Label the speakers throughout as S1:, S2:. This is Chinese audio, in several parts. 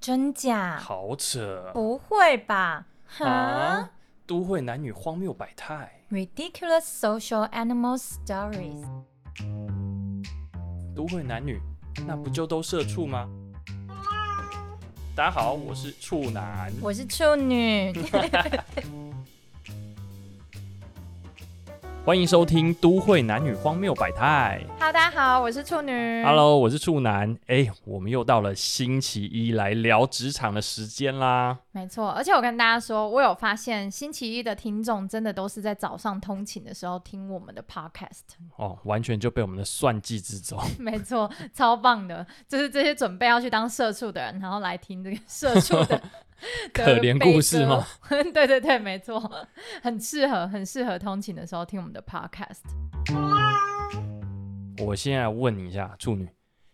S1: 真假？
S2: 好扯
S1: 不会吧？哈、
S2: 啊！都会男女荒谬百态，
S1: r i d i c u l o u s social animal stories。
S2: 都会男女那不就都社畜吗？大家好，我是处男。
S1: 我是处女，
S2: 欢迎收听《都会男女荒谬百态》。
S1: 哈，大家好，我是处女。
S2: Hello，我是处男。哎，我们又到了星期一来聊职场的时间啦。
S1: 没错，而且我跟大家说，我有发现星期一的听众真的都是在早上通勤的时候听我们的 podcast，
S2: 哦，完全就被我们的算计之中。
S1: 没错，超棒的，就是这些准备要去当社畜的人，然后来听这个社畜的
S2: 可怜故事吗？
S1: 的悲歌 对对对，没错，很适合，很适合通勤的时候听我们的 podcast。
S2: 我现在问你一下，处女，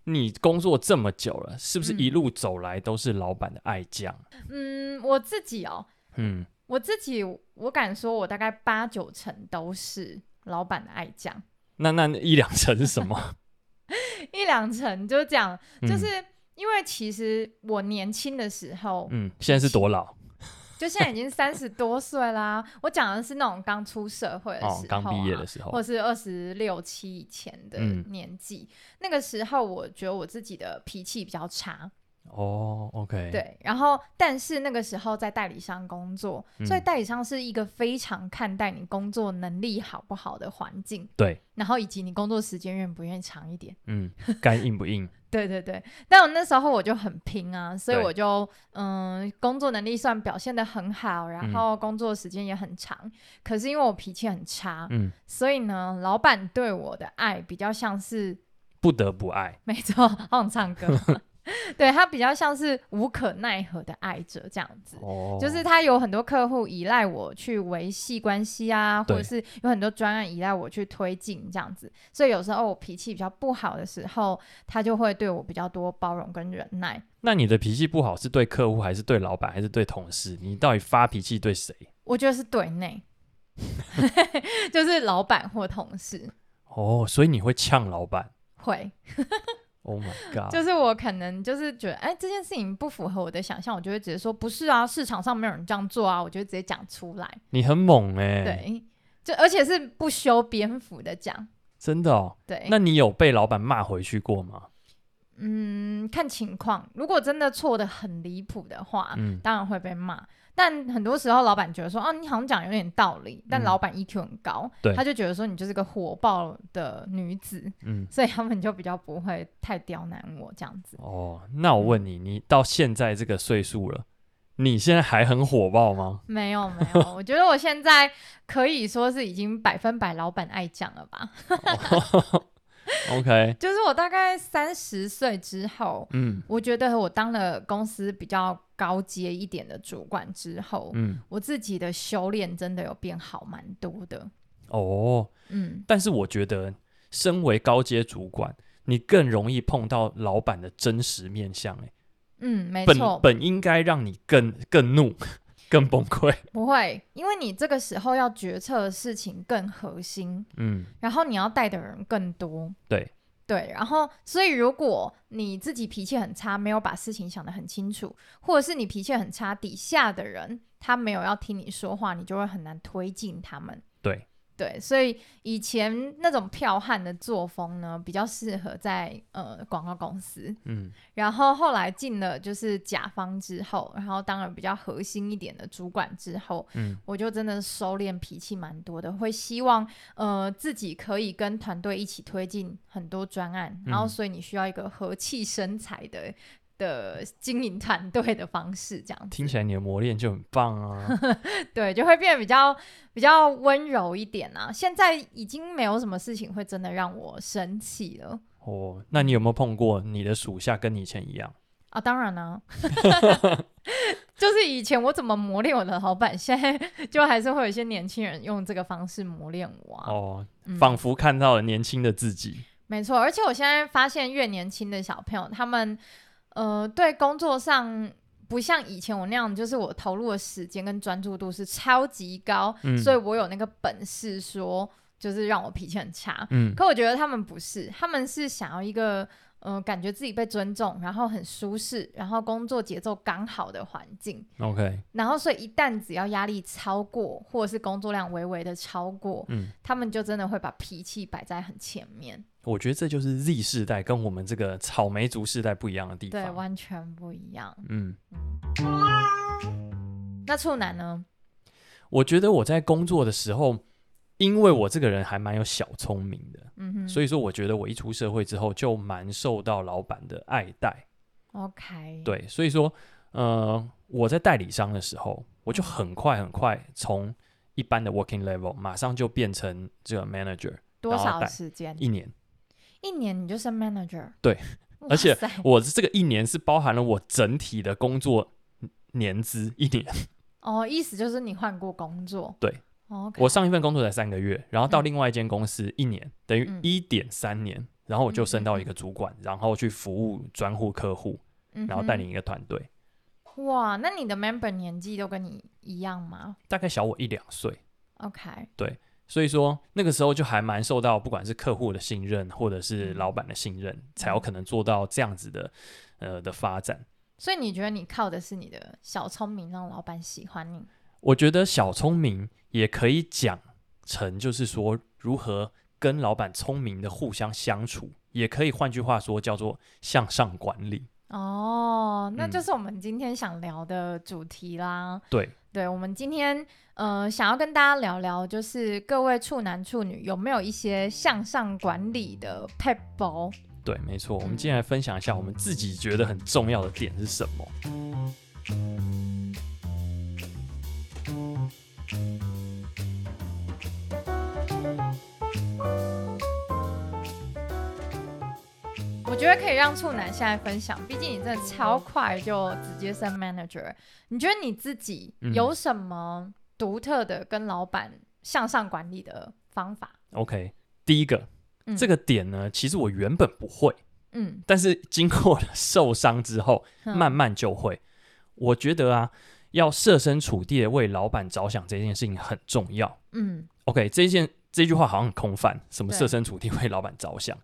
S2: 你工作这么久了，是不是
S1: 嗯
S2: 一路走来都是老板的爱将？
S1: 嗯，我自己哦，
S2: 嗯，
S1: 我自己我敢说，我大概八九成都是老板的爱将，
S2: 那那一两成是什么？
S1: 一两成就这样，
S2: 嗯
S1: 就是因为其实我年轻的时候，
S2: 嗯，现在是多老？
S1: 就现在已经三十多岁啦。我讲的是那种刚出社会的时候、啊，，
S2: 哦刚毕业的时候
S1: 或，是二十六七以前的
S2: 嗯
S1: 年纪，那个时候我觉得我自己的脾气比较差，
S2: 哦，OK，，
S1: 对。然后，但是那个时候在代理商工作，所以
S2: 嗯
S1: 代理商是一个非常看待你工作能力好不好的环境，
S2: 对，
S1: 然后以及你工作时间愿不愿意长一点。
S2: 嗯，该硬不 硬？
S1: 对对对，但我那时候我就很拼啊，所以
S2: 对
S1: 我就嗯，工作能力算表现的很好，然
S2: 嗯
S1: 后工作时间也很长。可是因为我脾气很差，
S2: 嗯，
S1: 所以呢，老板对我的爱比较像是，
S2: 不得不爱。
S1: 没错， 好想唱歌，对他比较像是无可奈何的爱着这样子。
S2: 哦，
S1: 就是他有很多客户依赖我去维系关系啊，或
S2: 对
S1: 者是有很多专案依赖我去推进这样子，所以有时候我脾气比较不好的时候，他就会对我比较多包容跟忍耐。
S2: 那你的脾气不好是对客户，还是对老板，还是对同事？你到底发脾气对谁？
S1: 我觉得是对内， 就是老板或同事
S2: 哦，所以你会呛老板
S1: 会，
S2: ？Oh my god！
S1: 就是我可能就是觉得，哎，这件事情不符合我的想象，我就会直接说不是啊，市场上没有人这样做啊，我就会直接讲出来，
S2: 你很猛哎、，
S1: 对，就而且是不修边幅的讲，
S2: 真的哦。
S1: 对。
S2: 那你有被老板骂回去过吗？
S1: 嗯，看情况。如果真的错的很离谱的话，
S2: 嗯，
S1: 当然会被骂。但很多时候，老板觉得说，哦、你好像讲有点道理，但
S2: 嗯
S1: 老板 EQ 很高，
S2: 对
S1: 他就觉得说你就是个火爆的女子，
S2: 嗯，
S1: 所以他们就比较不会太刁难我这样子。
S2: 哦，
S1: 嗯
S2: 那我问你，你到现在这个岁数了，你现在还很火爆吗？
S1: 没有没有， 我觉得我现在可以说是已经百分百老板爱讲了吧。
S2: 哦 OK，
S1: 就是我大概三十岁之后，
S2: 嗯
S1: 我觉得我当了公司比较高阶一点的主管之后，
S2: 嗯，
S1: 我自己的修炼真的有变好蛮多的。
S2: 哦，
S1: 嗯，
S2: 但是我觉得，身为高阶主管，你更容易碰到老板的真实面相、欸。
S1: 嗯，没
S2: 本
S1: 错，
S2: 本应该让你更更怒、 更崩溃。
S1: 不会，因为你这个时候要决策的事情更核心，
S2: 嗯，
S1: 然后你要带的人更多。
S2: 对
S1: 对，然后所以如果你自己脾气很差，没有把事情想得很清楚，或者是你脾气很差，底下的人他没有要听你说话，你就会很难推进他们。
S2: 对
S1: 对，所以以前那种剽悍的作风呢，比较适合在呃广告公司。
S2: 嗯，
S1: 然后后来进了就是甲方之后，然后当然比较核心一点的主管之后，
S2: 嗯，
S1: 我就真的收敛脾气蛮多的，会希望呃自己可以跟团队一起推进很多专案，然后
S2: 嗯
S1: 所以你需要一个和气生财的的经营团队的方式，这样
S2: 听起来你的磨练就很棒啊。
S1: 对，就会变得比较比较温柔一点啊。现在已经没有什么事情会真的让我生气了。
S2: 哦，那你有没有碰过你的属下跟你以前一样？
S1: 啊，当然啦、 就是以前我怎么磨练我的老板，现在 就还是会有一些年轻人用这个方式磨练我啊。
S2: 哦，
S1: 嗯
S2: 仿佛看到了年轻的自己。
S1: 没错，而且我现在发现，越年轻的小朋友，他们呃对工作上不像以前我那样，就是我投入的时间跟专注度是超级高，
S2: 嗯，
S1: 所以我有那个本事说，就是让我脾气很差。
S2: 嗯
S1: 可我觉得他们不是，他们是想要一个嗯、感觉自己被尊重，然后很舒适，然后工作节奏刚好的环境。
S2: OK，
S1: 然后，所以一旦只要压力超过，或者是工作量微微的超过，
S2: 嗯，
S1: 他们就真的会把脾气摆在很前面。
S2: 我觉得这就是 Z 世代跟我们这个草莓族世代不一样的地
S1: 对，
S2: 方。
S1: 完全不一样。
S2: 嗯，
S1: 那处男呢？
S2: 我觉得我在工作的时候，因为我这个人还蛮有小聪明的，
S1: 嗯哼，
S2: 所
S1: 以
S2: 以说我觉得我一出社会之后就蛮受到老板的爱戴。
S1: OK，，
S2: 对，所以说，呃，我在代理商的时候，我就很快很快从一般的 working level 马上就变成这个 manager，
S1: 多
S2: 然后
S1: 少
S2: 带
S1: 时间？
S2: 一年。
S1: 一年你就升 manager？
S2: 对
S1: 哇塞，
S2: 而且我这个一年是包含了我整体的工作年资一年。
S1: 哦，意思就是你换过工作。
S2: 对
S1: ，OK，
S2: 我上一份工作才三个月，然后到
S1: 嗯
S2: 另外一间公司一年，等于
S1: 嗯
S2: 一点三年，然后我就升到一个主管，然后去服务专户客户，
S1: 嗯哼
S2: 然后带领一个团队，
S1: 哇，那你的 member 年纪都跟你一样吗
S2: 大概小我一两岁。
S1: ？OK，
S2: 所以说那个时候就还蛮受到不管是客户的信任或者是老板的信任，才有可能做到这样子的
S1: 嗯
S2: 呃的发展。
S1: 所以你觉得你靠的是你的小聪明让老板喜欢你？
S2: 我觉得小聪明也可以讲成就是说如何跟老板聪明的互相相处，也可以换句话说叫做向上管理。
S1: 哦，那
S2: 嗯
S1: 就是我们今天想聊的主题啦。
S2: 对，
S1: 对，我们今天呃想要跟大家聊聊，就是各位处男处女有没有一些向上管理的 p e b l
S2: 对，没错。我们
S1: 嗯
S2: 今天来分享一下我们自己觉得很重要的点是什么。
S1: 我觉得可以让处男现在分享，毕竟你真的超快就直接升 manager。你觉得你自己
S2: 嗯
S1: 有什么独特的跟老板向上管理的方法？
S2: OK，第一个、
S1: 嗯
S2: 这个点呢，其实我原本不会，
S1: 嗯，
S2: 但是经过了受伤之后，
S1: 哼
S2: 慢慢就会。我觉得啊，要设身处地的为老板着想这件事情很重要。
S1: 嗯
S2: OK，这件这句话好像很空泛，什么
S1: 对
S2: 设身处地为老板着想，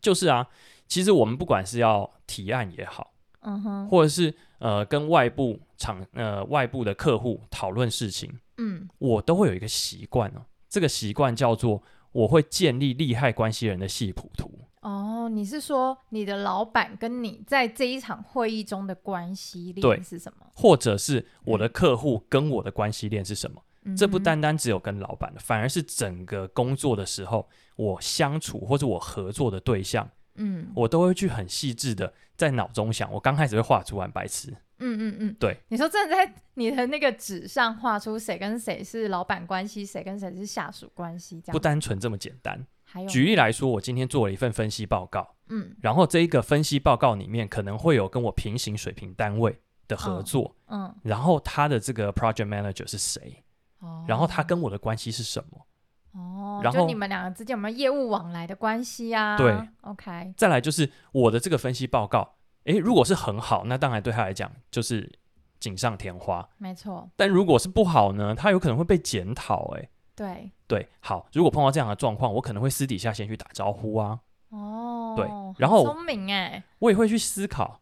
S2: 就是啊，其实我们不管是要提案也好，
S1: 嗯哼
S2: 或者是呃跟外部厂呃外部的客户讨论事情，
S1: 嗯
S2: 我都会有一个习惯哦，这个习惯叫做我会建立利害关系人的系谱图。
S1: 哦，你是说你的老板跟你在这一场会议中的关系
S2: 对
S1: 链是什么？
S2: 或者是我的客户跟我的关系链是什么？
S1: 嗯
S2: 这不
S1: 哼
S2: 单单只有跟老板的，反而是整个工作的时候，我相处或者我合作的对象，
S1: 嗯
S2: 我都会去很细致的在脑中想。我刚开始会画出完白痴，
S1: 嗯嗯嗯，
S2: 对。
S1: 你说真的在你的那个纸上画出谁跟谁是老板关系，谁跟谁是下属关系，这样
S2: 不单纯这么简单。
S1: 还有
S2: 举例来说，我今天做了一份分析报告，
S1: 嗯
S2: 然后这一个分析报告里面可能会有跟我平行水平单位的合作，
S1: 嗯
S2: 然后他的这个 project manager 是谁，
S1: 哦，
S2: 然后他跟我的关系是什么。
S1: 哦，
S2: 然
S1: 就
S2: 后
S1: 你们两个之间有没有业务往来的关系啊？
S2: 对
S1: ，OK，
S2: 再来就是我的这个分析报告，诶，如果是很好，那当然对他来讲就是锦上添花；
S1: 没错，
S2: 但如果是不好呢，他有可能会被检讨。诶，
S1: 对，
S2: 对，好，如果碰到这样的状况，我可能会私底下先去打招呼啊，
S1: 哦，
S2: 对
S1: 很
S2: 然后
S1: 聪明哎，
S2: 我也会去思考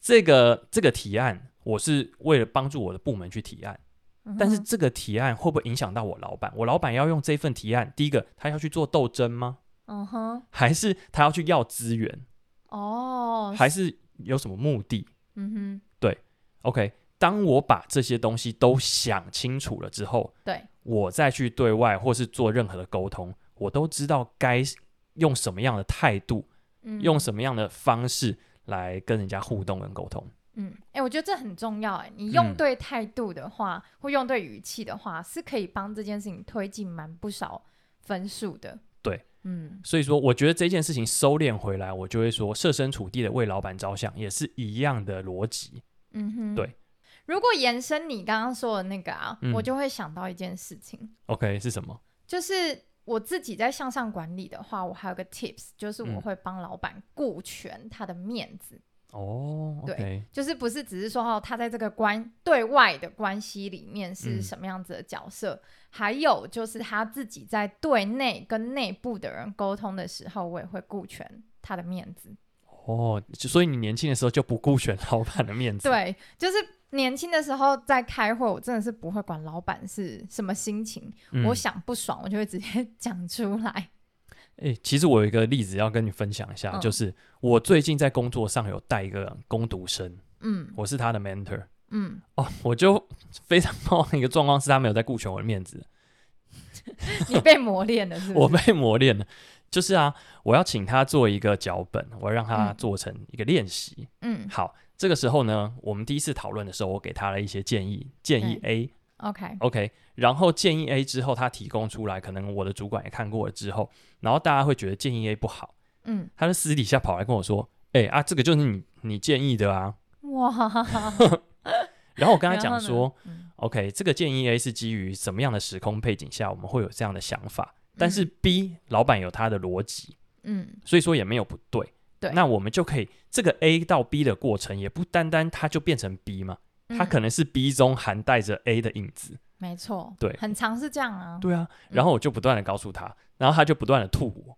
S2: 这个这个提案，我是为了帮助我的部门去提案，
S1: 嗯
S2: 但是
S1: 哼
S2: 这个提案会不会影响到我老板？我老板要用这份提案，第一个他要去做斗争吗？
S1: 嗯哼，
S2: 还是他要去要资源？
S1: 哦，
S2: 还是有什么目的？
S1: 嗯
S2: OK，当我把这些东西都想清楚了之后，
S1: 哼，对，
S2: 我再去对外或是做任何的沟通，我都知道该用什么样的态度，
S1: 嗯，
S2: 用什么样的方式来跟人家互动跟沟通。
S1: 嗯，哎、我觉得这很重要哎、你用
S2: 嗯
S1: 对态度的话，或用对语气的话，是可以帮这件事情推进蛮不少分数的。
S2: 对，
S1: 嗯，
S2: 所以说，我觉得这件事情收敛回来，我就会说设身处地的为老板着想，也是一样的逻辑。
S1: 嗯哼，
S2: 对。
S1: 如果延伸你刚刚说的那个啊，
S2: 嗯
S1: 我就会想到一件事情，
S2: OK，是什么？
S1: 就是我自己在向上管理的话，我还有个 tips，就是我
S2: 嗯
S1: 会帮老板顾全他的面子。
S2: 哦、o
S1: 对
S2: k
S1: 就是不是只是说哦，他在这个关对外的关系里面是
S2: 嗯
S1: 什么样子的角色，还有就是他自己在对内跟内部的人沟通的时候，我也会顾全他的面子。
S2: 哦、哦，就所以你年轻的时候就不顾全老板的面子，，
S1: 对，就是年轻的时候在开会，我真的是不会管老板是什么心情，
S2: 嗯、
S1: 我想不爽我就会直接 讲出来。
S2: 诶、其实我有一个例子要跟你分享一下，
S1: 嗯
S2: 就是我最近在工作上有带一个攻读生，
S1: 嗯
S2: 我是他的 mentor
S1: 嗯，
S2: 哦，我就非常抱怨一个状况是他没有在顾全我的面子，
S1: 你被磨练了是不
S2: 我
S1: 是？
S2: 被磨练了。就是啊，我要请他做一个脚本，我要让他
S1: 嗯
S2: 做成一个练习。
S1: 嗯
S2: 好，这个时候呢，我们第一次讨论的时候，我给他了一些建议，建议 A，OK，、
S1: ，OK，
S2: 然后建议 A 之后，他提供出来，可能我的主管也看过了之后，然后大家会觉得建议 A 不好。
S1: 嗯，
S2: 他就私底下跑来跟我说：“哎、啊，这个就是你你建议的啊。
S1: 哇，”
S2: 然后我跟
S1: 然
S2: 他
S1: 后
S2: 讲
S1: 呢
S2: 说
S1: 嗯
S2: ：“OK，这个建议 A 是基于什么样的时空背景下，我们会有这样的想法？但是 B 老板有他的逻辑，
S1: 嗯
S2: 所以说也没有不对。
S1: 对
S2: 那我们就可以这个 A 到 B 的过程，也不单单它就变成 B 嘛，
S1: 嗯，
S2: 它可能是 B 中含带着 A 的影子。
S1: 没错，
S2: 对
S1: 很常是这样啊。
S2: 对啊，然后我就不断的告诉他，然后他就不断的吐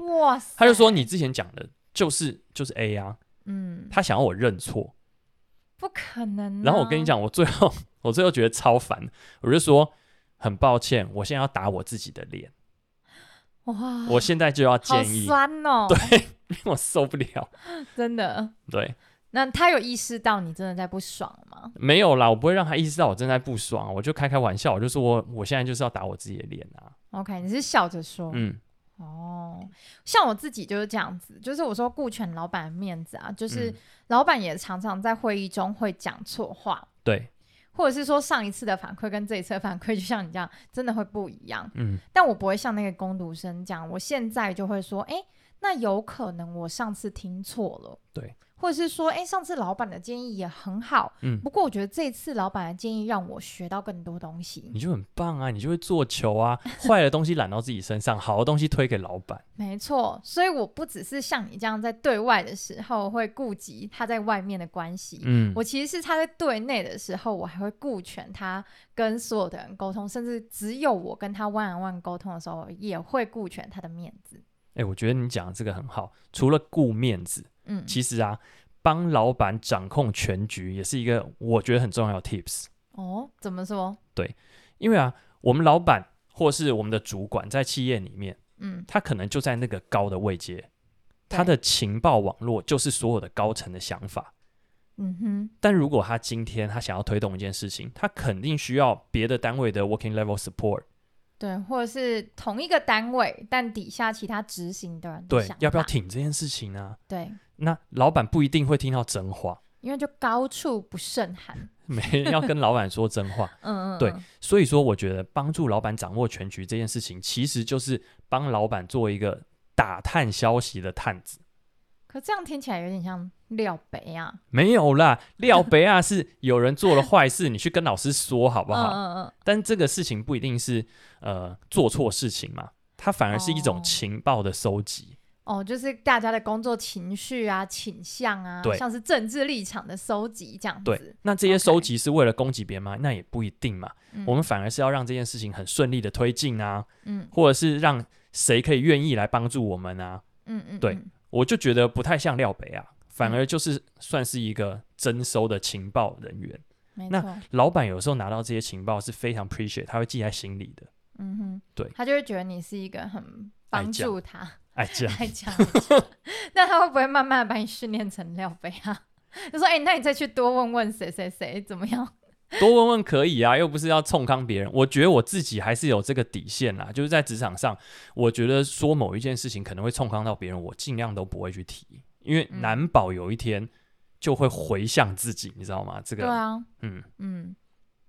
S2: 我，
S1: 哇塞，
S2: 他就说：“你之前讲的就是就是 A 啊，
S1: 嗯，
S2: 他想要我认错。”
S1: 不可能、啊
S2: 然后我跟你，讲，我最后我最后觉得超烦，我就说很抱歉，我现在要打我自己的脸，
S1: 哇，
S2: 我现在就要
S1: 啊好
S2: 建议，
S1: 酸哦，
S2: 因 为我受不了。
S1: 真的。
S2: 对，
S1: 那他有意识到你真的在不爽吗？
S2: 没有啦，我不会让他意识到我正在不爽，啊我就开开玩笑，我就说我我现在就是要打我自己的脸啊，
S1: OK，你是笑着说，
S2: 嗯
S1: 哦，像我自己就是这样子，就是我说顾全老板的面子啊，就是
S2: 嗯
S1: 老板也常常在会议中会讲错话，
S2: 对，
S1: 或者是说上一次的反馈跟这一次的反馈，就像你这样，真的会不一样。
S2: 嗯
S1: 但我不会像那个工读生这样，我现在就会说，哎、那有可能我上次听错了，
S2: 对，
S1: 或者是说，哎、上次老板的建议也很好，
S2: 嗯，
S1: 不过我觉得这次老板的建议让我学到更多东西。
S2: 你就很棒啊，你就会做球啊，坏的东西揽到自己身上，好的东西推给老 板，
S1: 没错，所以我不只是像你这样在对外的时候会顾及他在外面的关系，
S2: 嗯
S1: 我其实是他在对内的时候，我还会顾全他跟所有的人沟通，甚至只有我跟他 one on one 沟通的时候，也会顾全他的面子。
S2: 哎、我觉得你讲的这个很好，除了顾面子，
S1: 嗯，
S2: 其实啊，帮老板掌控全局也是一个我觉得很重要的 tips。
S1: 哦，怎么说？
S2: 因为啊，我们老板或是我们的主管在企业里面，
S1: 嗯，
S2: 他可能就在那个高的位阶，
S1: 对
S2: 他的情报网络就是所有的高层的想法。
S1: 嗯哼，
S2: 但如果他今天他想要推动一件事情，他肯定需要别的单位的 working level support，
S1: 对，或者是同一个单位，但底下其他执行的人的
S2: 对
S1: 想，
S2: 要不要
S1: 法
S2: 挺这件事情呢、
S1: 对，
S2: 那老板不一定会听到真话，
S1: 因为就高处不胜 寒。
S2: 没人要跟老板说真话。
S1: 嗯嗯，
S2: 对
S1: 嗯
S2: 所以说，我觉得帮助老板掌握全局这件事情，其实就是帮老板做一个打探消息的探子。
S1: 可这样听起来有点像廖北啊，
S2: 没有啦，廖北亚是有人做了坏事，你去跟老师说好不
S1: 嗯
S2: 好？
S1: 嗯嗯，
S2: 但这个事情不一定是呃做错事情嘛，它反而是一
S1: 哦
S2: 种情报的收集。
S1: 哦，就是大家的工作情绪啊、倾向啊，
S2: 对
S1: 像是政治立场的收集这样
S2: 对
S1: 子。，
S2: 那这些收
S1: 哦 OK
S2: 集是为了攻击别人吗？那也不一定嘛。
S1: 嗯
S2: 我们反而是要让这件事情很顺利的推进啊，
S1: 嗯
S2: 或者是让谁可以愿意来帮助我们啊。
S1: 嗯嗯，
S2: 对
S1: 嗯，
S2: 我就觉得不太像廖北啊，反
S1: 嗯
S2: 而就是算是一个征收的情报人员。
S1: 没
S2: 那
S1: 错，
S2: 老板有时候拿到这些情报是非常 appreciate，他会记在心里的。
S1: 嗯哼，
S2: 对
S1: 他就会觉得你是一个很
S2: 爱
S1: 帮
S2: 讲
S1: 助他
S2: 哎，这样
S1: 爱讲， 那他会不会慢慢地把你训练成廖北啊？ 就说哎、那你再去多问问谁谁谁怎么样？
S2: 多问问可以啊，又不是要冲康别人。我觉得我自己还是有这个底线啦，就是在职场上，我觉得说某一件事情可能会冲康到别人，我尽量都不会去提，因为
S1: 嗯
S2: 难保有一天就会回向自己，你知道吗？这
S1: 对
S2: 个，
S1: 啊，
S2: 嗯，
S1: 嗯，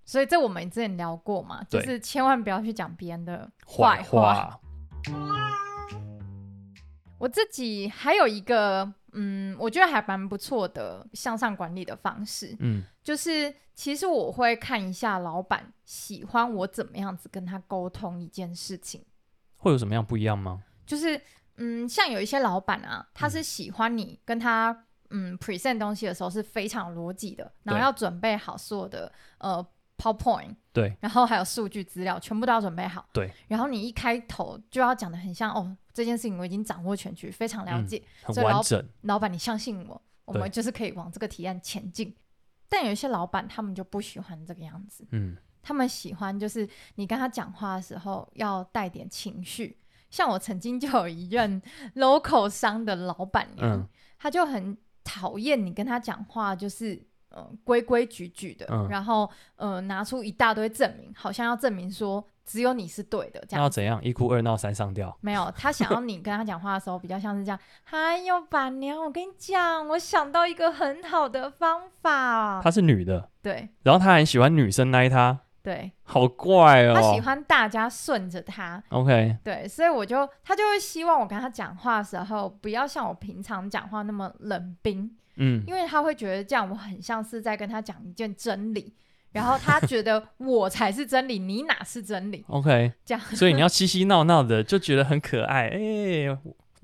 S1: 所以这我们之前聊过嘛，就
S2: 对
S1: 是千万不要去讲别人的
S2: 坏
S1: 坏话
S2: 话，
S1: 我自己还有一个，嗯，我觉得还蛮不错的向上管理的方式，
S2: 嗯
S1: 就是其实我会看一下老板喜欢我怎么样子跟他沟通一件事情，
S2: 会有什么样不一样吗？
S1: 就是嗯，像有一些老板啊，他是
S2: 嗯
S1: 喜欢你跟他嗯 present 东西的时候是非常有逻辑的，然后
S2: 对
S1: 要准备好所有的呃。 PowerPoint，
S2: 对，
S1: 然后还有数据资料，全部都要准备好。
S2: 对，
S1: 然后你一开头就要讲的很像哦，这件事情我已经掌握全局，非常了
S2: 嗯
S1: 解。
S2: 很
S1: 所以老
S2: 完整。
S1: 老板，你相信我，我
S2: 对
S1: 们就是可以往这个提案前进。但有一些老板他们就不喜欢这个样子，
S2: 嗯，
S1: 他们喜欢就是你跟他讲话的时候要带点情绪。像我曾经就有一任 local 商的老板娘，
S2: 嗯
S1: 她就很讨厌你跟她讲话就是呃规规矩矩的，
S2: 嗯
S1: 然后呃拿出一大堆证明，好像要证明说只有你是对的这
S2: 那
S1: 样
S2: 要怎样？一哭二闹三上吊。
S1: 没有，他想要你跟他讲话的时候，比较像是这样：“ 哎呦，板娘，我跟你讲，我想到一个很好的方法。
S2: 她是女的，
S1: 对
S2: 然后她很喜欢女生那一她，
S1: 对，
S2: 好怪
S1: 他
S2: 哦
S1: 喜。欢大家顺着他，
S2: OK，
S1: 对，所以我就他就会希望我跟他讲话的时候，不要像我平常讲话那么冷冰，
S2: 嗯，
S1: 因为他会觉得这样我很像是在跟他讲一件真理，然后他觉 得我才是真理，你哪是真理？
S2: OK，
S1: 这样
S2: 所以你要嬉嬉闹闹的，就觉得很可爱，哎、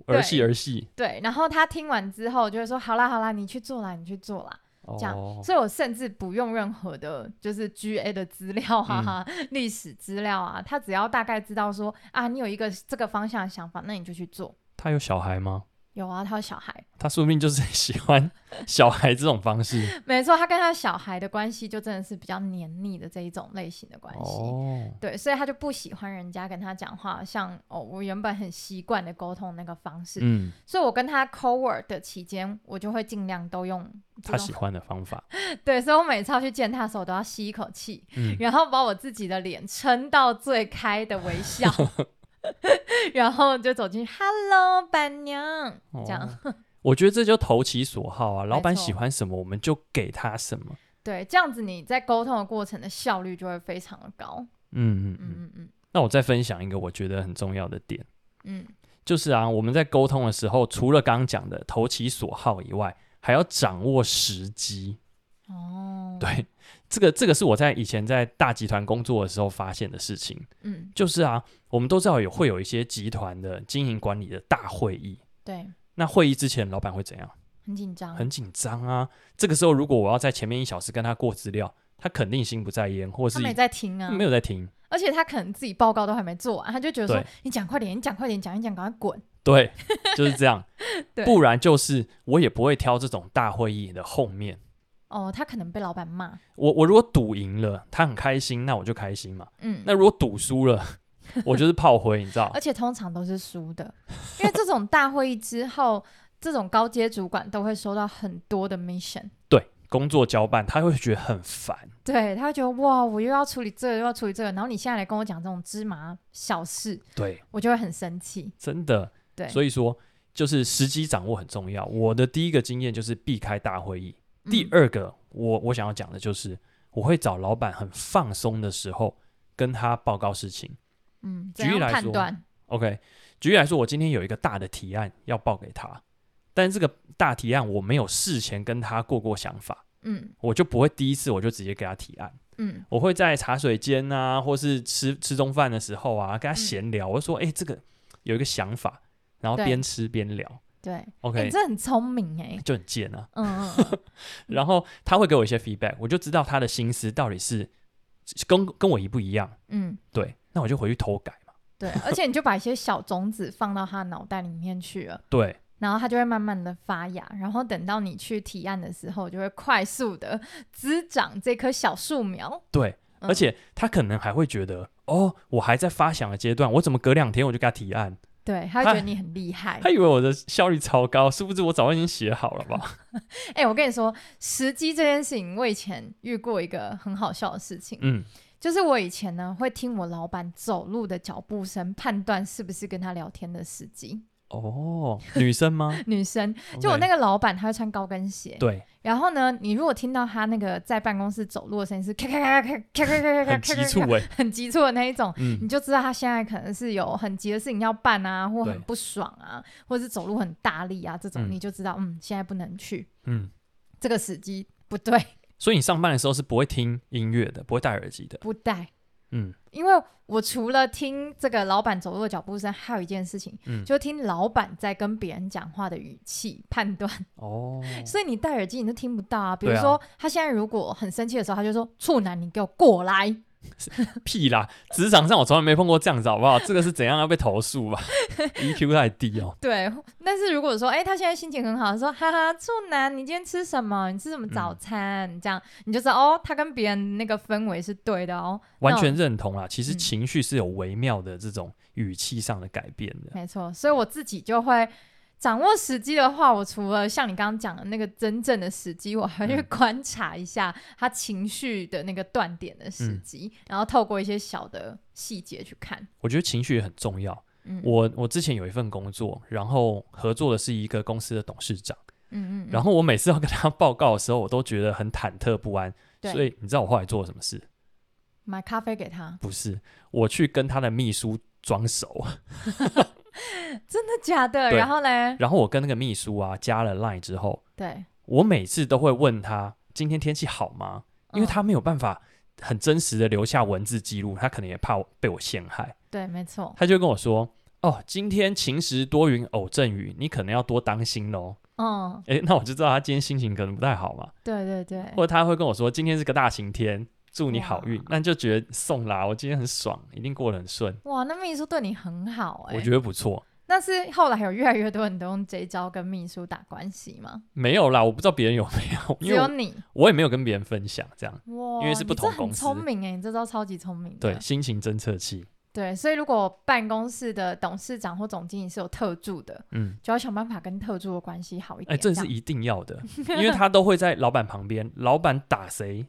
S2: 儿戏儿戏。
S1: 对，然后他听完之后就会说：好啦好啦，你去做啦，你去做啦。这样
S2: 哦，
S1: 所以我甚至不用任何的，就是 GA 的资料
S2: 嗯
S1: 啊、历、史资料啊，他只要大概知道说啊，你有一个这个方向的想法，那你就去做。
S2: 她有小孩吗？
S1: 有啊，他有小孩，
S2: 她说不定就是 喜欢小孩这种方式。
S1: 没错，他跟他小孩的关系就真的是比较黏腻的这一种类型的关系。
S2: 哦，
S1: 对，所以他就不喜欢人家跟他讲话，像哦，我原本很习惯的沟通那个方式，
S2: 嗯，
S1: 所以我跟他 co work 的期间，我就会尽量都用这
S2: 她
S1: 种
S2: 喜欢的方法。
S1: 对，所以我每次要去见他的时候，我都要吸一口气，
S2: 嗯
S1: 然后把我自己的脸撑到最开的微 笑，然后就走进去，Hello，板娘， 这样、
S2: 哦我觉得这就投其所好啊，老板
S1: 错
S2: 喜欢什么我们就给他什么。
S1: 对，这样子你在沟通的过程的效率就会非常的高。
S2: 嗯嗯
S1: 嗯
S2: 嗯。
S1: 嗯嗯
S2: 那我再分享一个我觉得很重要的点，
S1: 嗯，
S2: 就是啊，我们在沟通的时候，除了刚刚讲的投其所好以外，还要掌握时机。
S1: 哦，，
S2: 对，这个这个是我在以前在大集团工作的时候发现的事情，
S1: 嗯
S2: 就是啊，我们都知道有会有一些集团的经营管理的大会议。
S1: 对，
S2: 那会议之前，老板会怎样？
S1: 很紧张，
S2: 很紧张啊。这个时候，如果我要在前面一小时跟他过资料，他肯定心不在焉，或
S1: 他
S2: 是
S1: 没在听啊，
S2: 没有在听。
S1: 而且他可能自己报告都还没做完，他就觉得说
S2: 对
S1: 你讲快点，你讲快点，讲一讲，赶快滚。
S2: 对，就是这样
S1: 对。
S2: 不然就是我也不会挑这种大会议的后面。
S1: 哦，他可能被老板骂，
S2: 我我如果赌赢了，他很开心，那我就开心嘛。
S1: 嗯，
S2: 那如果赌输了， 我就是炮灰，你知道
S1: 而？且通常都是输的， 因为这种大会议之后，这种高阶主管都会收到很多的 mission，
S2: 对，工作交办他会觉得很烦。
S1: 对他会觉得哇，我又要处理这个，又要处理这个，然后你现在来跟我讲这种芝麻小事，
S2: 对，
S1: 我就会很生气。
S2: 真的。
S1: 对
S2: 所以说就是时机掌握很重要。我的第一个经验就是避开大会议。
S1: 嗯
S2: 第，二个，我我想要讲的就是，我会找老板很放松的时候跟他报告事情。
S1: 嗯，
S2: 举
S1: 怎样
S2: 例来
S1: 判
S2: 说
S1: 断？
S2: OK，举例来说，我今天有一个大的提案要报给他，但这个大提案我没有事前跟他过过想法，
S1: 嗯
S2: 我就不会第一次我就直接给他提案，
S1: 嗯
S2: 我会在茶水间啊，或是吃吃中饭的时候啊，跟他
S1: 嗯
S2: 闲聊，我就说，哎、这个有一个想法，然后
S1: 对
S2: 边吃边聊
S1: 对，哎
S2: ，OK，、
S1: 你这很聪明哎，
S2: 就很贱啊。
S1: 嗯嗯嗯，
S2: 然后他会给我一些 feedback，我就知道他的心思到底是跟跟我一不一样，
S1: 嗯，
S2: 对，那我就回去偷改嘛，
S1: 对，而且你就把一些小种子放到他脑袋里面去了。
S2: 对，
S1: 然后它就会慢慢的发芽，然后等到你去提案的时候，就会快速的滋长这棵小树苗。
S2: 对，
S1: 嗯
S2: 而且他可能还会觉得，哦，我还在发想的阶段，我怎么隔两天我就给他提案？
S1: 对，他会
S2: 它
S1: 觉得你很厉害。
S2: 他以为我的效率超高，殊不知我早就已经写好了吧？
S1: 哎、我跟你说，时机这件事情，我以前遇过一个很好笑的事情，
S2: 嗯，
S1: 就是我以前呢会听我老板走路的脚步声，判断是不是跟他聊天的时机。
S2: 哦，女生吗？
S1: 女生， 就我
S2: OK
S1: 那个老板，她会穿高跟鞋，
S2: 对，
S1: 然后呢，你如果听到她那个在办公室走路的声音是咔咔咔咔咔咔咔咔咔，
S2: 很急促哎、
S1: 很急促的那一种。你
S2: 嗯，
S1: 就知道他现在可能是有很急的事情要办啊，或
S2: 对
S1: 很不爽啊，或者是走路很大力啊，这种、
S2: 嗯
S1: 你就知道，嗯，现在不能去，
S2: 嗯，
S1: 这个时机不对，
S2: 所以你上班的时候是不会听音乐的，不会戴耳机的。
S1: 不带。
S2: 嗯
S1: 因为我除了听这个老板走路的脚步声，还有一件事情，
S2: 嗯
S1: 就是听老板在跟别人讲话的语气判断。
S2: 哦，
S1: 所以你戴耳机你都听不到啊。比如
S2: 对啊
S1: 说，他现在如果很生气的时候，他就说：“处男，你给我过来。
S2: 屁啦！职场上我从来没碰过这样子，好不好？这个是怎样要被投诉 吧？EQ 太低哦”。
S1: 对。但是如果说，哎、他现在心情很好，说：“哈哈，处男，你今天吃什么？你吃什
S2: 嗯
S1: 么早餐？”这样你就知道哦，他跟别人那个氛围是对的哦。
S2: 完全认同啦，其实
S1: 嗯
S2: 情绪是有微妙的这种语气上的改变的。
S1: 没错，所以我自己就会。掌握时机的话，我除了像你刚刚讲的那个真正的时机，我还会
S2: 嗯
S1: 观察一下他情绪的那个断点的时
S2: 嗯
S1: 机，然后透过一些小的细节去看。
S2: 我觉得情绪也很重要。
S1: 嗯，
S2: 我我之前有一份工作，然后合作的是一个公司的董事长，
S1: 嗯嗯嗯，
S2: 然后我每次要跟他报告的时候，我都觉得很忐忑不安。
S1: 对
S2: 所以你知道我后来做了什么事？
S1: 买咖啡给他，
S2: 不是，我去跟他的秘书装熟，
S1: 真的假的？
S2: 对
S1: 然后嘞，
S2: 然后我跟那个秘书啊加了 line 之后，
S1: 对，
S2: 我每次都会问他今天天气好吗？因为
S1: 嗯
S2: 他没有办法很真实的留下文字记录，他可能也怕我被我陷害，
S1: 对，没错，
S2: 他就跟我说：“哦，今天晴时多云偶阵雨，你可能要多当心哦。
S1: 嗯，”
S2: 诶，那我就知道他今天心情可能不太好嘛。
S1: 对对对，
S2: 或者他会跟我说：“今天是个大晴天，祝你好运
S1: 哇。”
S2: 那就觉得送啦，我今天很爽，一定过得很顺，
S1: 哇，那秘书对你很好哎、
S2: 我觉得不错。
S1: 但是后来有越来越多人都用这一招跟秘书打关系吗？
S2: 没有啦，我不知道别人有没有，
S1: 只
S2: 因为
S1: 有
S2: 我
S1: 你
S2: 我也没有跟别人分享这样。
S1: 哇，
S2: 因为是不
S1: 你
S2: 同
S1: 这
S2: 公
S1: 很
S2: 司
S1: 聪明哎、你这招超级聪明的
S2: 对，心情侦测器，
S1: 对，所以如果办公室的董事长或总经理是有特助的，
S2: 嗯，
S1: 就要想办法跟特助的关系好一
S2: 哎、
S1: 点。
S2: 这
S1: 样
S2: 是一定要的，因为他都会在老板旁边，老板打谁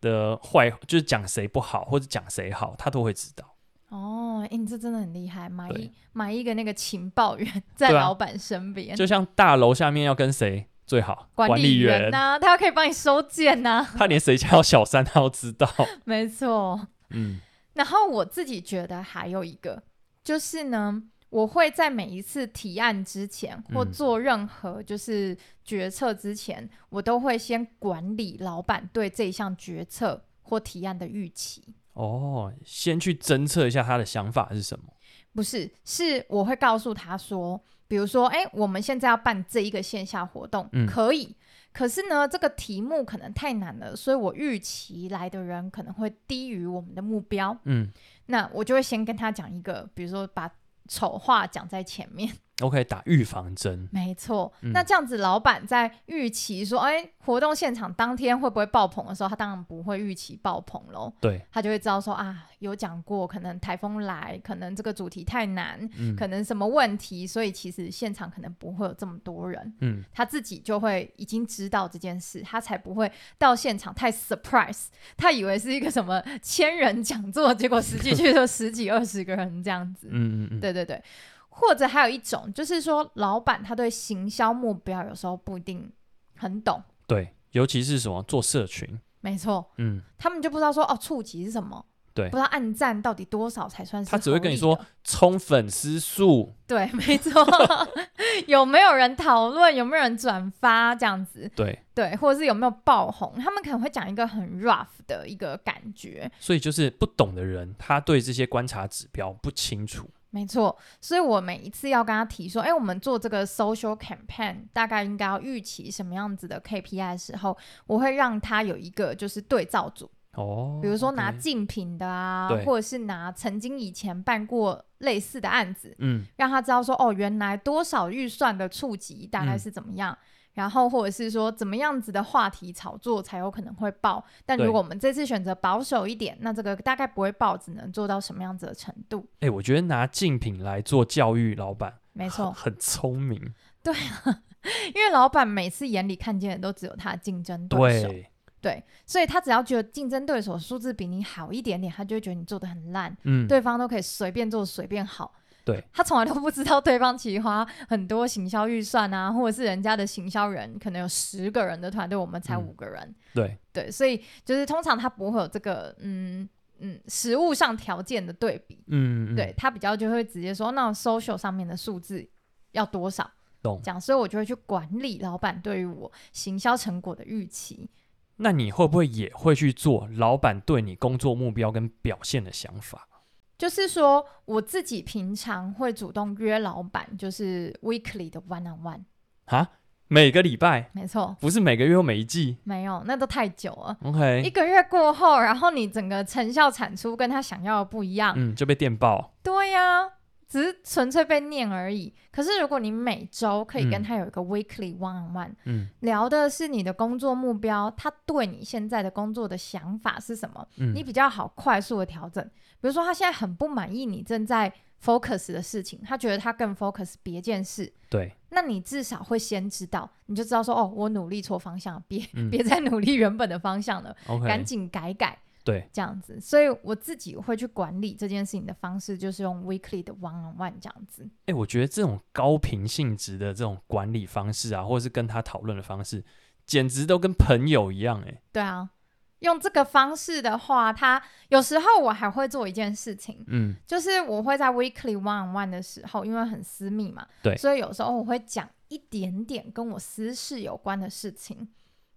S2: 的坏，就是讲谁不好或者讲谁好，他都会知道。
S1: 哦，哎、你这真的很厉害，买
S2: 对
S1: 一买一个那个情报员在
S2: 对啊
S1: 老板身边，
S2: 就像大楼下面要跟谁最好，
S1: 管
S2: 理
S1: 员啊呐、他可以帮你收件呐、
S2: 他连谁家有小三他都知道。
S1: 没错。
S2: 嗯，
S1: 然后我自己觉得还有一个就是呢，我会在每一次提案之前或
S2: 嗯
S1: 做任何就是决策之前，我都会先管理老板对这一项决策或提案的预期。
S2: 哦，先去侦测一下他的想法是什么。
S1: 不是，是我会告诉他说，比如说，哎、我们现在要办这一个线下活动，
S2: 嗯
S1: 可以。可是呢，这个题目可能太难了，所以我预期来的人可能会低于我们的目标。
S2: 嗯
S1: 那我就会先跟他讲一个，比如说把丑话讲在前面，
S2: ，OK，打预防 针。
S1: 没错。
S2: 嗯
S1: 那这样子，老板在预期说，哎、活动现场当天会不会爆棚的时候，他当然不会预期爆棚喽，
S2: 对，
S1: 他就会知道说啊，有讲过，可能台风来，可能这个主题太难，
S2: 嗯
S1: 可能什么问题，所以其实现场可能不会有这么多人，
S2: 嗯，
S1: 他自己就会已经知道这件事，他才不会到现场太 surprise，他以为是一个什么千人讲座，结果实际去了十几二十个人这样子。
S2: 嗯嗯嗯，
S1: 对对对，或者还有一种就是说，老板他对行销目标有时候不一定很懂，
S2: 对，尤其是什么做社群，
S1: 没错，
S2: 嗯，
S1: 他们就不知道说哦触及是什么。
S2: 对
S1: 不知道按赞到底多少才算是
S2: 他只会跟
S1: 合
S2: 你
S1: 理
S2: 说
S1: 的
S2: 冲粉丝数，
S1: 对，没错， 有没有人讨论，有没有人转发这样子，
S2: 对，
S1: 对，或者是有没有爆红，他们可能会讲一个很 rough 的一个感觉，
S2: 所以就是不懂的人，他对这些观察指标不清楚。
S1: 没错。所以我每一次要跟他提说，哎，我们做这个 social campaign 大概应该要预期什么样子的 KPI 的时候，我会让他有一个就是对照组，
S2: 哦
S1: 比如说拿
S2: OK
S1: 竞品的啊
S2: 对
S1: 或者是拿曾经以前办过类似的案子，
S2: 嗯，
S1: 让他知道说，哦，原来多少预算的触及大概是怎么样，然后或者是说怎么样子的话题炒作才有可能会爆。但
S2: 对
S1: 如果我们这次选择保守一点，那这个大概不会爆，只能做到什么样子的程度？
S2: 哎、我觉得拿竞品来做教育老板，
S1: 没错，
S2: 很很聪明。
S1: 因为老板每次眼里看见的都只有他的竞争对手，
S2: 对，
S1: 对所以他只要觉得竞争对手数字比你好一点点，他就会觉得你做的很烂，
S2: 嗯，
S1: 对方都可以随便做随便好。
S2: 对，
S1: 他从来都不知道对方其实花很多行销预算啊，或者是人家的行销人可能有十个人的团队，我们才
S2: 嗯
S1: 五个人，
S2: 对
S1: 对，所以就是通常他不会有这个嗯嗯实物上条件的对比，
S2: 嗯，嗯
S1: 对，他比较就会直接说那 social 上面的数字要多少
S2: 懂
S1: 这样，所以我就会去管理老板对于我行销成果的预期。
S2: 那你会不会也会去做老板对你工作目标跟表现的想法？
S1: 就是说，我自己平常会主动约老板，就是 weekly 的 one on one，
S2: 啊，每个礼拜
S1: 没错，
S2: 不是每个月或每一季
S1: 没有，那都太久了。一
S2: ，OK，
S1: 个月过后，然后你整个成效产出跟他想要的不一样，
S2: 嗯，就被电爆，
S1: 对呀、只是纯粹被念而已。可是如果你每周可以跟
S2: 嗯
S1: 他有一个 weekly one on one，、
S2: 嗯
S1: 聊的是你的工作目标，他对你现在的工作的想法是什么，
S2: 嗯，
S1: 你比较好快速的调整。比如说他现在很不满意你正在 focus 的事情，他觉得他更 focus 别件事。
S2: 对，
S1: 那你至少会先知道，你就知道说哦，我努力错方向了，别
S2: 嗯
S1: 别再努力原本的方向了，赶
S2: ，OK，
S1: 紧改改
S2: 对，
S1: 这样子。所以我自己会去管理这件事情的方式，就是用 weekly 的 one on one 这样子。
S2: 哎、我觉得这种高频性质的这种管理方式啊，或者是跟他讨论的方式，简直都跟朋友一样、哎，
S1: 对啊，用这个方式的话，他有时候我还会做一件事情，
S2: 嗯，
S1: 就是我会在 weekly one on one 的时候，因为很私密嘛，
S2: 对
S1: 所以有时候我会讲一点点跟我私事有关的事情，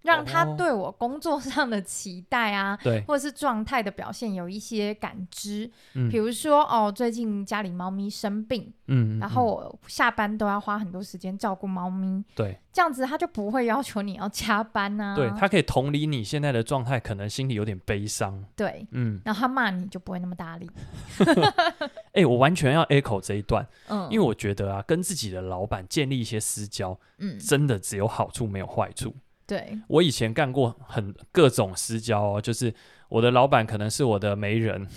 S1: 让他
S2: 哦
S1: 对我工作上的期待啊。
S2: 对，
S1: 或者是状态的表现有一些感知，
S2: 嗯
S1: 比如说哦，最近家里猫咪生病，
S2: 嗯，嗯
S1: 然
S2: 嗯
S1: 后我下班都要花很多时间照顾猫咪，
S2: 对
S1: 这样子他就不会要求你要加班呐、啊。
S2: 对，他可以同理你现在的状态，可能心里有点悲伤，
S1: 对，
S2: 嗯，
S1: 然后他骂你就不会那么大力。
S2: 哎、我完全要 echo 这一段，
S1: 嗯，
S2: 因为
S1: 为
S2: 我觉得啊，跟自己的老板建立一些私交，
S1: 嗯，
S2: 真的只有好处没有坏处。
S1: 对，
S2: 我以前干过很各种私交哦，就是我的老板可能是我的媒人，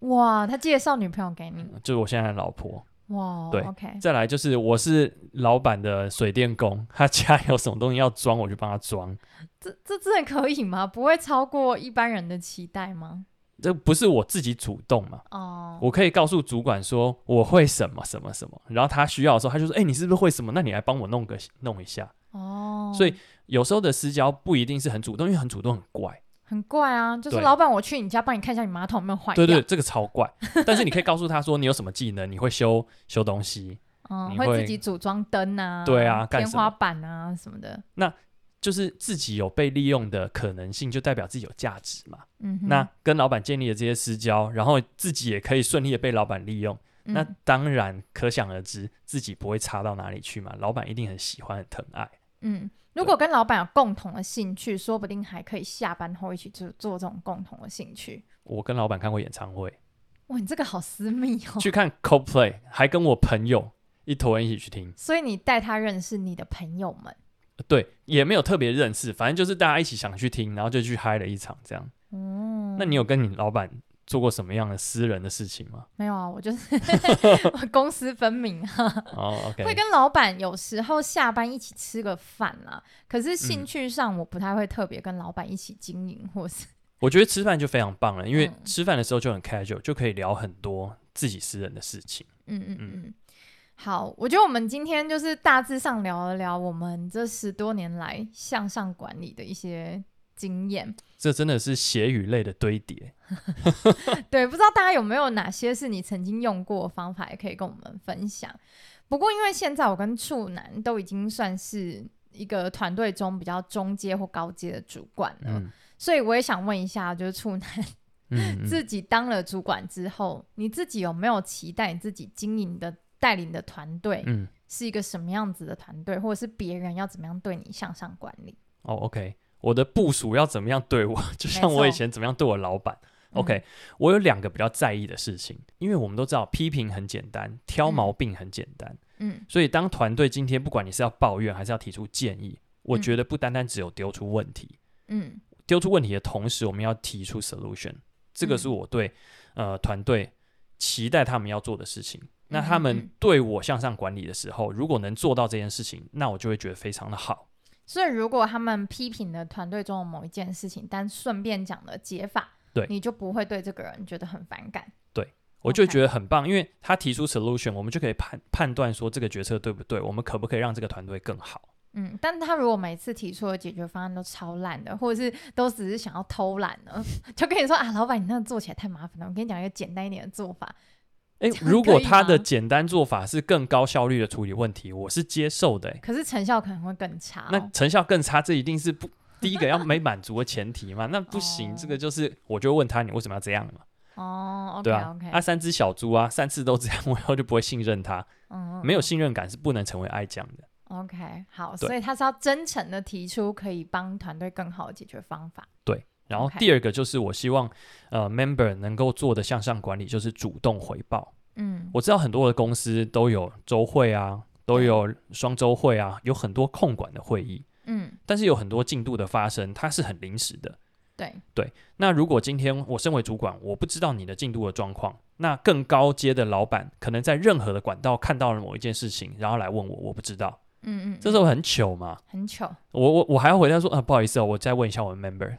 S1: 哇，他介绍女朋友给你，
S2: 就是我现在的老婆。
S1: 哇，
S2: 嗯对
S1: ，OK，
S2: 再来就是我是老板的水电工，他家有什么东西要装，我就帮他装。
S1: 这这真的可以吗？不会超过一般人的期待吗？
S2: 这不是我自己主动嘛？
S1: 哦，
S2: 我可以告诉主管说我会什么什么什么，然后他需要的时候，他就说：“哎、你是不是会什么？那你来帮我弄个弄一下。
S1: 哦，
S2: 所以有时候的私交不一定是很主动，因为很主动很怪。
S1: 很怪啊，就是
S2: 对
S1: 老板，我去你家帮你看一下你马桶有没有坏掉，
S2: 对对，这个超怪。但是你可以告诉他说你有什么技能，你会修修东西，
S1: 嗯，
S2: 你
S1: 会
S2: 会
S1: 自己组装灯啊，
S2: 对啊干
S1: 天
S2: 什么
S1: 花板啊什么的，
S2: 就是自己有被利用的可能性，就代表自己有价值嘛。
S1: 嗯哼，
S2: 那跟老板建立了这些私交，然后自己也可以顺利的被老板利用，
S1: 嗯
S2: 那当然可想而知，自己不会差到哪里去嘛。老板一定很喜欢、很疼爱。
S1: 嗯，如果跟老板有共同的兴趣，说不定还可以下班后一起做做这种共同的兴趣。
S2: 我跟老板看过演唱会，
S1: 哇，你这个好私密哦。
S2: 去看 Coldplay，还跟我朋友一坨人一起去听。
S1: 所以你带他认识你的朋友们。
S2: 对，也没有特别认识，反正就是大家一起想去听，然后就去嗨了一场这样。
S1: 嗯，
S2: 那你有跟你老板做过什么样的私人的事 情吗？
S1: 没有啊？我就是我 公私分明啊，
S2: 哦，OK，
S1: 会跟老板有时候下班一起吃个饭啦、可是
S2: 嗯
S1: 兴趣上我不太会特别跟老板一起经营，或是
S2: 我觉得吃饭就非常棒了，因为
S1: 嗯
S2: 吃饭的时候就很 casual，就可以聊很多自己私人的事情。
S1: 嗯嗯
S2: 嗯
S1: 嗯。好，我觉得我们今天就是大致上聊了聊我们这十多年来向上管理的一些经验。
S2: 这真的是血与泪的堆叠。
S1: 对，不知道大家有没有哪些是你曾经用过的方法，也可以跟我们分享。不过，因为现在我跟处男都已经算是一个团队中比较中阶或高阶的主管了，
S2: 嗯
S1: 所以我也想问一下，就是处男
S2: 嗯，嗯
S1: 自己当了主管之后，你自己有没有期待你自己经营的带领的团队
S2: 嗯，
S1: 是一个什么样子的团队，或者是别人要怎么样对你向上管理？
S2: 哦，OK，我的部署要怎么样对我，就像我以前怎么样对我老板。
S1: 嗯
S2: OK，、我有两个比较在意的事情，因为我们都知道批评很简单，挑毛病很简单，
S1: 嗯
S2: 所以当团队今天不管你是要抱怨还是要提出建议，我
S1: 嗯
S2: 觉得不单单只有丢出问题，
S1: 嗯
S2: 丢出问题的同时，我们要提出 solution。这个
S1: 嗯
S2: 是我对、呃团队期待他们要做的事情。那
S1: 嗯
S2: 他
S1: 嗯
S2: 们
S1: 嗯
S2: 对我向上管理的时候，如果能做到这件事情，那我就会觉得非常的好。
S1: 所以，如果他们批评了团队中的某一件事情，但顺便讲了解法，
S2: 对
S1: 你就不会对这个人觉得很反感。
S2: 我就
S1: OK
S2: 觉得很棒因为他提出 solution，我们就可以判判断说这个决策对不对，我们可不可以让这个团队更好。
S1: 嗯，但他如果每次提出的解决方案都超烂的，或者是都只是想要偷懒呢， 就跟你说啊，老板，你那个做起来太麻烦了，我跟你讲一个简单一点的做法。
S2: 诶，
S1: 这样
S2: 如果
S1: 可以
S2: 他的
S1: 吗
S2: 简单做法是更高效率的处理问题，我是接受的、诶
S1: 可是成效可能会更差、
S2: 那
S1: 哦。
S2: 成效更差，这一定是不第一个要没满足的前提嘛，那不行，
S1: 哦
S2: 这个就是我就问他你为什么要这样嘛，
S1: 哦，OK
S2: 对啊
S1: OK，，
S2: 啊三只小猪啊，三次都这样， 我以后就不会信任他，
S1: 嗯，嗯
S2: 没有
S1: 嗯
S2: 信任感是不能成为爱将的，
S1: OK，好，
S2: 对
S1: 所以他是要真诚的提出可以帮团队更好的解决方法。
S2: 对。然后
S1: OK
S2: 第二个就是我希望呃 member 能够做的向上管理就是主动回报，
S1: 嗯，
S2: 我知道很多的公司都有周会啊，都有双周会啊，有很多控管的会议，
S1: 嗯，
S2: 但是有很多进度的发生，它是很临时的。
S1: 对，
S2: 那如果今天我身为主管，我不知道你的进度的状况，那更高阶的老板可能在任何的管道看到了某一件事情，然后来问我，我不知道，
S1: 嗯嗯，
S2: 这时候很糗嘛。
S1: 很糗，
S2: 我我我还要回答说啊，不好意思哦，我再问一下我们 member，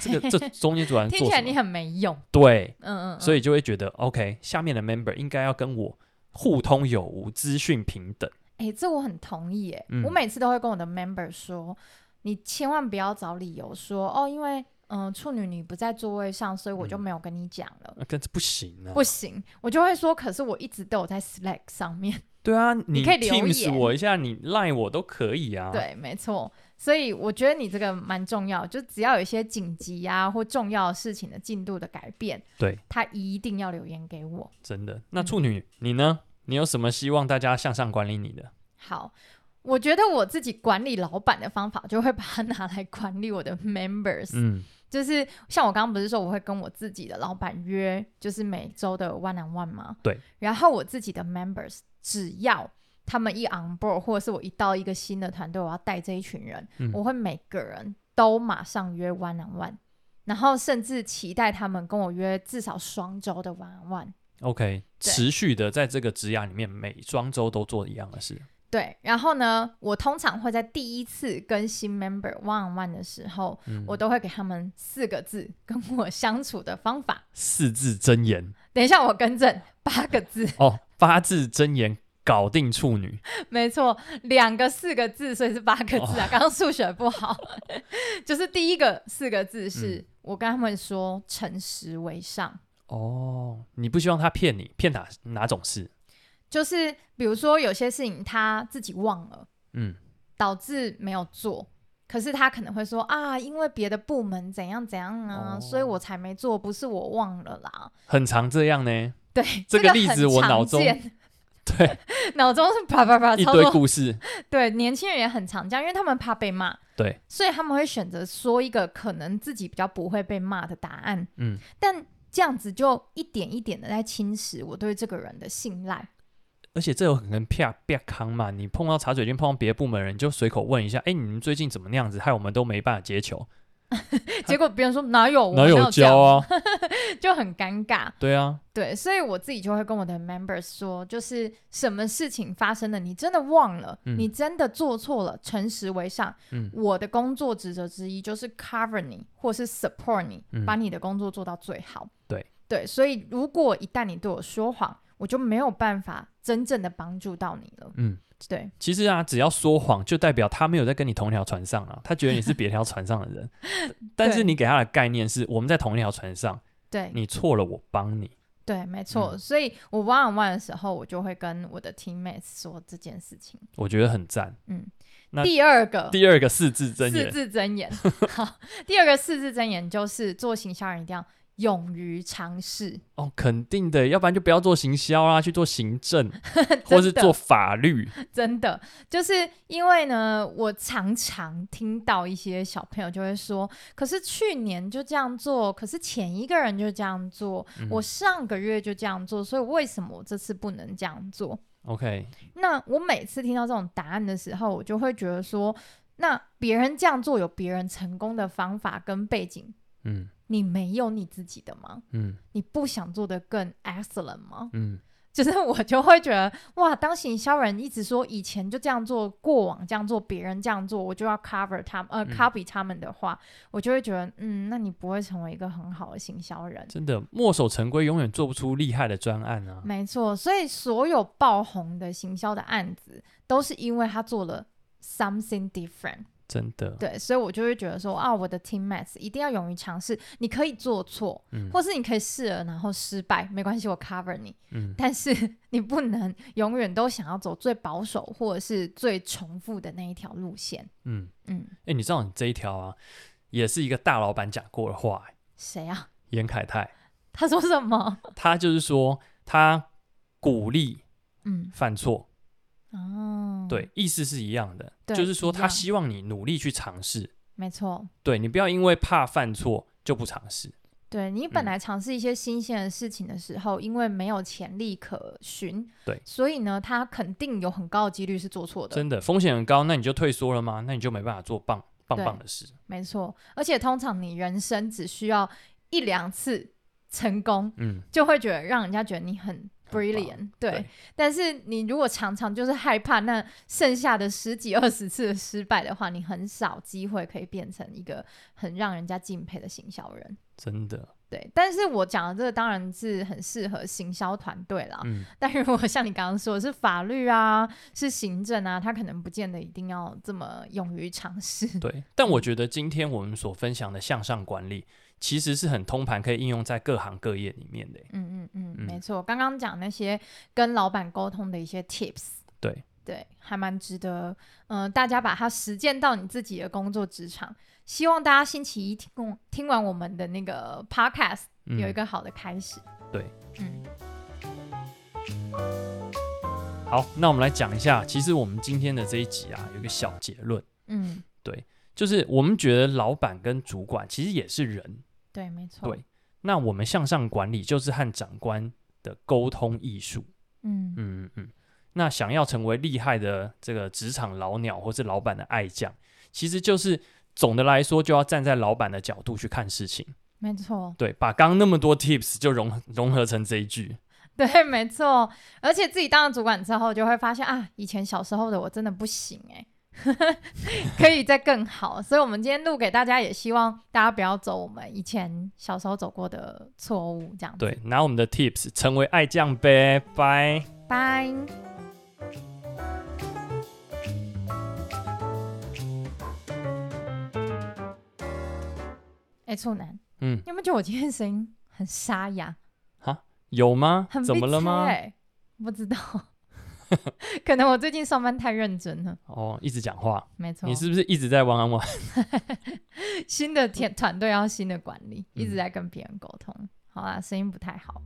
S2: 这个 这个这中间主管
S1: 听起
S2: 做
S1: 来
S2: 什
S1: 你
S2: 么？
S1: 很没用。
S2: 对，
S1: 嗯嗯，
S2: 所
S1: 以
S2: 以就会觉得 OK，下面的 member 应该要跟我互通有无，资讯平等。
S1: 哎、这我很同意哎、
S2: 嗯
S1: 我每次都会跟我的 member 说，你千万不要找理由说哦，因为嗯、呃处女你不在座位上，所以我就
S2: 嗯
S1: 没有跟你讲了。
S2: 啊，跟这不行啊！
S1: 不行，我就会说，可是我一直都有在 Slack 上面。
S2: 对啊，你
S1: 可以留
S2: Teams
S1: 言
S2: 我一下，你赖我都可以啊。，
S1: 对，没错。所以我觉得你这个蛮重要，就只要有一些紧急啊或重要的事情的进度的改变，
S2: 对，
S1: 他一定要留言给我。
S2: 真的。那
S1: 嗯
S2: 处女，你呢？你有什么希望大家向上管理你的？
S1: 好，我觉得我自己管理老板的方法，就会把它拿来管理我的 members。
S2: 嗯，
S1: 就是像我刚刚不是说我会跟我自己的老板约，就是每周的 one on one 吗？
S2: 对。
S1: 然后我自己的 members 只要他们一 on board，或者是我一到一个新的团队，我要带这一群人，
S2: 嗯
S1: 我会每个人都马上约 one on one，然后甚至期待他们跟我约至少双周的 one on one。
S2: OK，
S1: 对
S2: 持续的在这个职涯里面，每双周都做一样的事。
S1: 对，然后呢，我通常会在第一次跟新 member one on one 的时候，
S2: 嗯，
S1: 我都会给他们四个字跟我相处的方法。
S2: 四字真言
S1: 等一下，我更 正八个字。
S2: 哦，八字真言搞定处女。
S1: 没错，两个四个字，所以是八个字
S2: 哦
S1: 啊。刚刚数学不好， 就是第一个四个字是、
S2: 嗯
S1: 我跟他们说诚实为上，
S2: 哦，你不希望他骗你，骗哪哪种事？
S1: 就是比如说有些事情他自己忘了，
S2: 嗯，
S1: 导致没有做。可是他可能会说啊，因为别的部门怎样怎样啊，
S2: 哦
S1: 所以我才没做，不是我忘了啦。
S2: 很常这样呢。
S1: 对，
S2: 这
S1: 这
S2: 个例子
S1: 很
S2: 我
S1: 常
S2: 脑中
S1: 见
S2: 对，
S1: 脑中是啪啪啪
S2: 一
S1: 操
S2: 堆
S1: 作
S2: 故事。
S1: 对，年轻人也很常这样，因为他们怕被骂，
S2: 对，
S1: 所以他们会选择说一个可能自己比较不会被骂的答案，
S2: 嗯，
S1: 但这样子就一点一点的在侵蚀我对这个人的信 赖。
S2: 而且这有可能啪啪康嘛，你碰到茶水间碰到别的部门人，你就随口问一下，哎、你们最近怎么那样子，害我们都没办法接球，
S1: 结果别人说哪有，我
S2: 哪
S1: 有这样
S2: 教，啊？
S1: 就很尴尬。
S2: 对啊，
S1: 对，所以我自己就会跟我的 members 说，就是什么事情发生了，你真的忘了，
S2: 嗯
S1: 你真的做错了，诚实为上。
S2: 嗯
S1: 我的工作职责之一就是 cover 你，或是 support 你，
S2: 嗯
S1: 把你的工作做到最好。
S2: 对
S1: 对，所以如果一旦你对我说谎，我就没有办法真正的帮助到你了。
S2: 嗯，
S1: 对，
S2: 其实啊，只要说谎，就代表他没有在跟你同一条船上啊，他觉得你是别条船上的 人，但是你给他的概念是我们在同一条船上，
S1: 对，
S2: 你错了我帮你，
S1: 对，没错。
S2: 嗯
S1: 所以我 one on one 的时候，我就会跟我的 teammates 说这件事情。
S2: 我觉得很赞。那
S1: 第二个，
S2: 第二个四字真
S1: 四
S2: 言，
S1: 字真言。好，第二个四字真言就是做行销人一定要勇于尝试，
S2: 哦，肯定的，要不然就不要做行销啊，去做 行政，或是做法律，
S1: 真的，就是因为呢，我常常听到一些小朋友就会说，可是去年就这样做，可是前一个人就这样做，
S2: 嗯
S1: 我上个月就这样做，所以为什么我这次不能这样做？
S2: OK，
S1: 那我每次听到这种答案的时候，我就会觉得说，那别人这样做有别人成功的方法跟背景，
S2: 嗯
S1: 你没有你自己的吗？
S2: 嗯
S1: 你不想做的更 excellent 吗？
S2: 嗯，
S1: 就是我就会觉得，哇，当行销人一直说以前就这样做，过往这样做，别人这样做，我就要 cover 他们，呃、
S2: 嗯
S1: c o p y 他们的话，我就会觉得，嗯，那你不会成为一个很好的行销人。
S2: 真的墨守成规，永远做不出厉害的专案啊。
S1: 没错，所以所有爆红的行销的案子，都是因为他做了 something different。
S2: 真的，
S1: 对，所以我就会觉得说啊，我的 team mates 一定要勇于尝试，你可以做错，
S2: 嗯
S1: 或是你可以试了然后失败，没关系，我 cover 你，
S2: 嗯，
S1: 但是你不能永远都想要走最保守或者是最重复的那一条路线。
S2: 嗯，
S1: 嗯，
S2: 哎、你知道你这一条啊，也是一个大老板讲过的话、欸，
S1: 谁啊？
S2: 严凯泰，
S1: 他说什么？
S2: 他就是说他鼓励
S1: 嗯，
S2: 犯错，
S1: 哦，
S2: 对，，意思是一样的，
S1: 对
S2: 就是说
S1: 一
S2: 他
S1: 样
S2: 希望你努力去尝试，
S1: 没错，
S2: 对你不要因为怕犯错就不尝试，
S1: 对你本
S2: 嗯
S1: 来尝试一些新鲜的事情的时候，因为没有潜力可循，
S2: 对
S1: 所以呢，他肯定有很高的几率是做错的，
S2: 真的风险很高，那你就退缩了吗？那你就没办法做棒棒
S1: 对
S2: 棒的事，
S1: 没错。而且通常你人生只需要一两次成功，
S2: 嗯，
S1: 就会觉得让人家觉得你很
S2: 很
S1: brilliant，对。
S2: 对
S1: 但是你如果常常就是害怕那剩下的十几二十次的失败的话，你很少机会可以变成一个很让人家敬佩的行销人。
S2: 真的，
S1: 对，但是我讲的这个当然是很适合行销团队啦。
S2: 嗯，
S1: 但如果像你刚刚说的是法律啊，是行政啊，他可能不见得一定要这么勇于尝试。
S2: 对，但
S1: 嗯
S2: 我觉得今天我们所分享的向上管理，其实是很通盘，可以应用在各行各业里面的。
S1: 嗯嗯嗯，
S2: 嗯
S1: 没错。刚刚讲那些跟老板沟通的一些 tips，
S2: 对
S1: 对，还蛮值得，嗯、大家把它实践到你自己的工作职场。希望大家星期一听完听完我们的那个 podcast，
S2: 嗯
S1: 有一个好的开始。
S2: 对，
S1: 嗯，
S2: 好，那我们来讲一下，其实我们今天的这一集啊，有一个小结论，
S1: 嗯，
S2: 就是我们觉得老板跟主管其实也是人，
S1: 对，没错。
S2: 对，。那我们向上管理就是和长官的沟通艺术，
S1: 嗯，
S2: 嗯嗯嗯。那想要成为厉害的这个职场老鸟或是老板的爱将，其实就是总的来说就要站在老板的角度去看事情。
S1: 没错。
S2: 对，把刚刚那么多 tips 就融融合成这一句。
S1: 对，没错。而且自己当了主管之后，就会发现啊，以前小时候的我真的不行哎、 可以再更好。所以，我们今天录给大家，也希望大家不要走我们以前小时候走过的错误，这样子。
S2: 对，拿我们的 tips 成为爱酱呗，拜。
S1: 拜。哎、处男，
S2: 嗯，
S1: 你有没有觉得我今天声音很沙哑？
S2: 有吗
S1: 很？欸
S2: 怎么了吗
S1: 悲？催？不知道， 可能我最近上班太认真了。
S2: 哦，一直讲话，
S1: 没错，
S2: 你是不是一直在玩玩玩？
S1: 新的团团队要新的管理，一直
S2: 嗯
S1: 在跟别人沟通。好啦，声音不太好。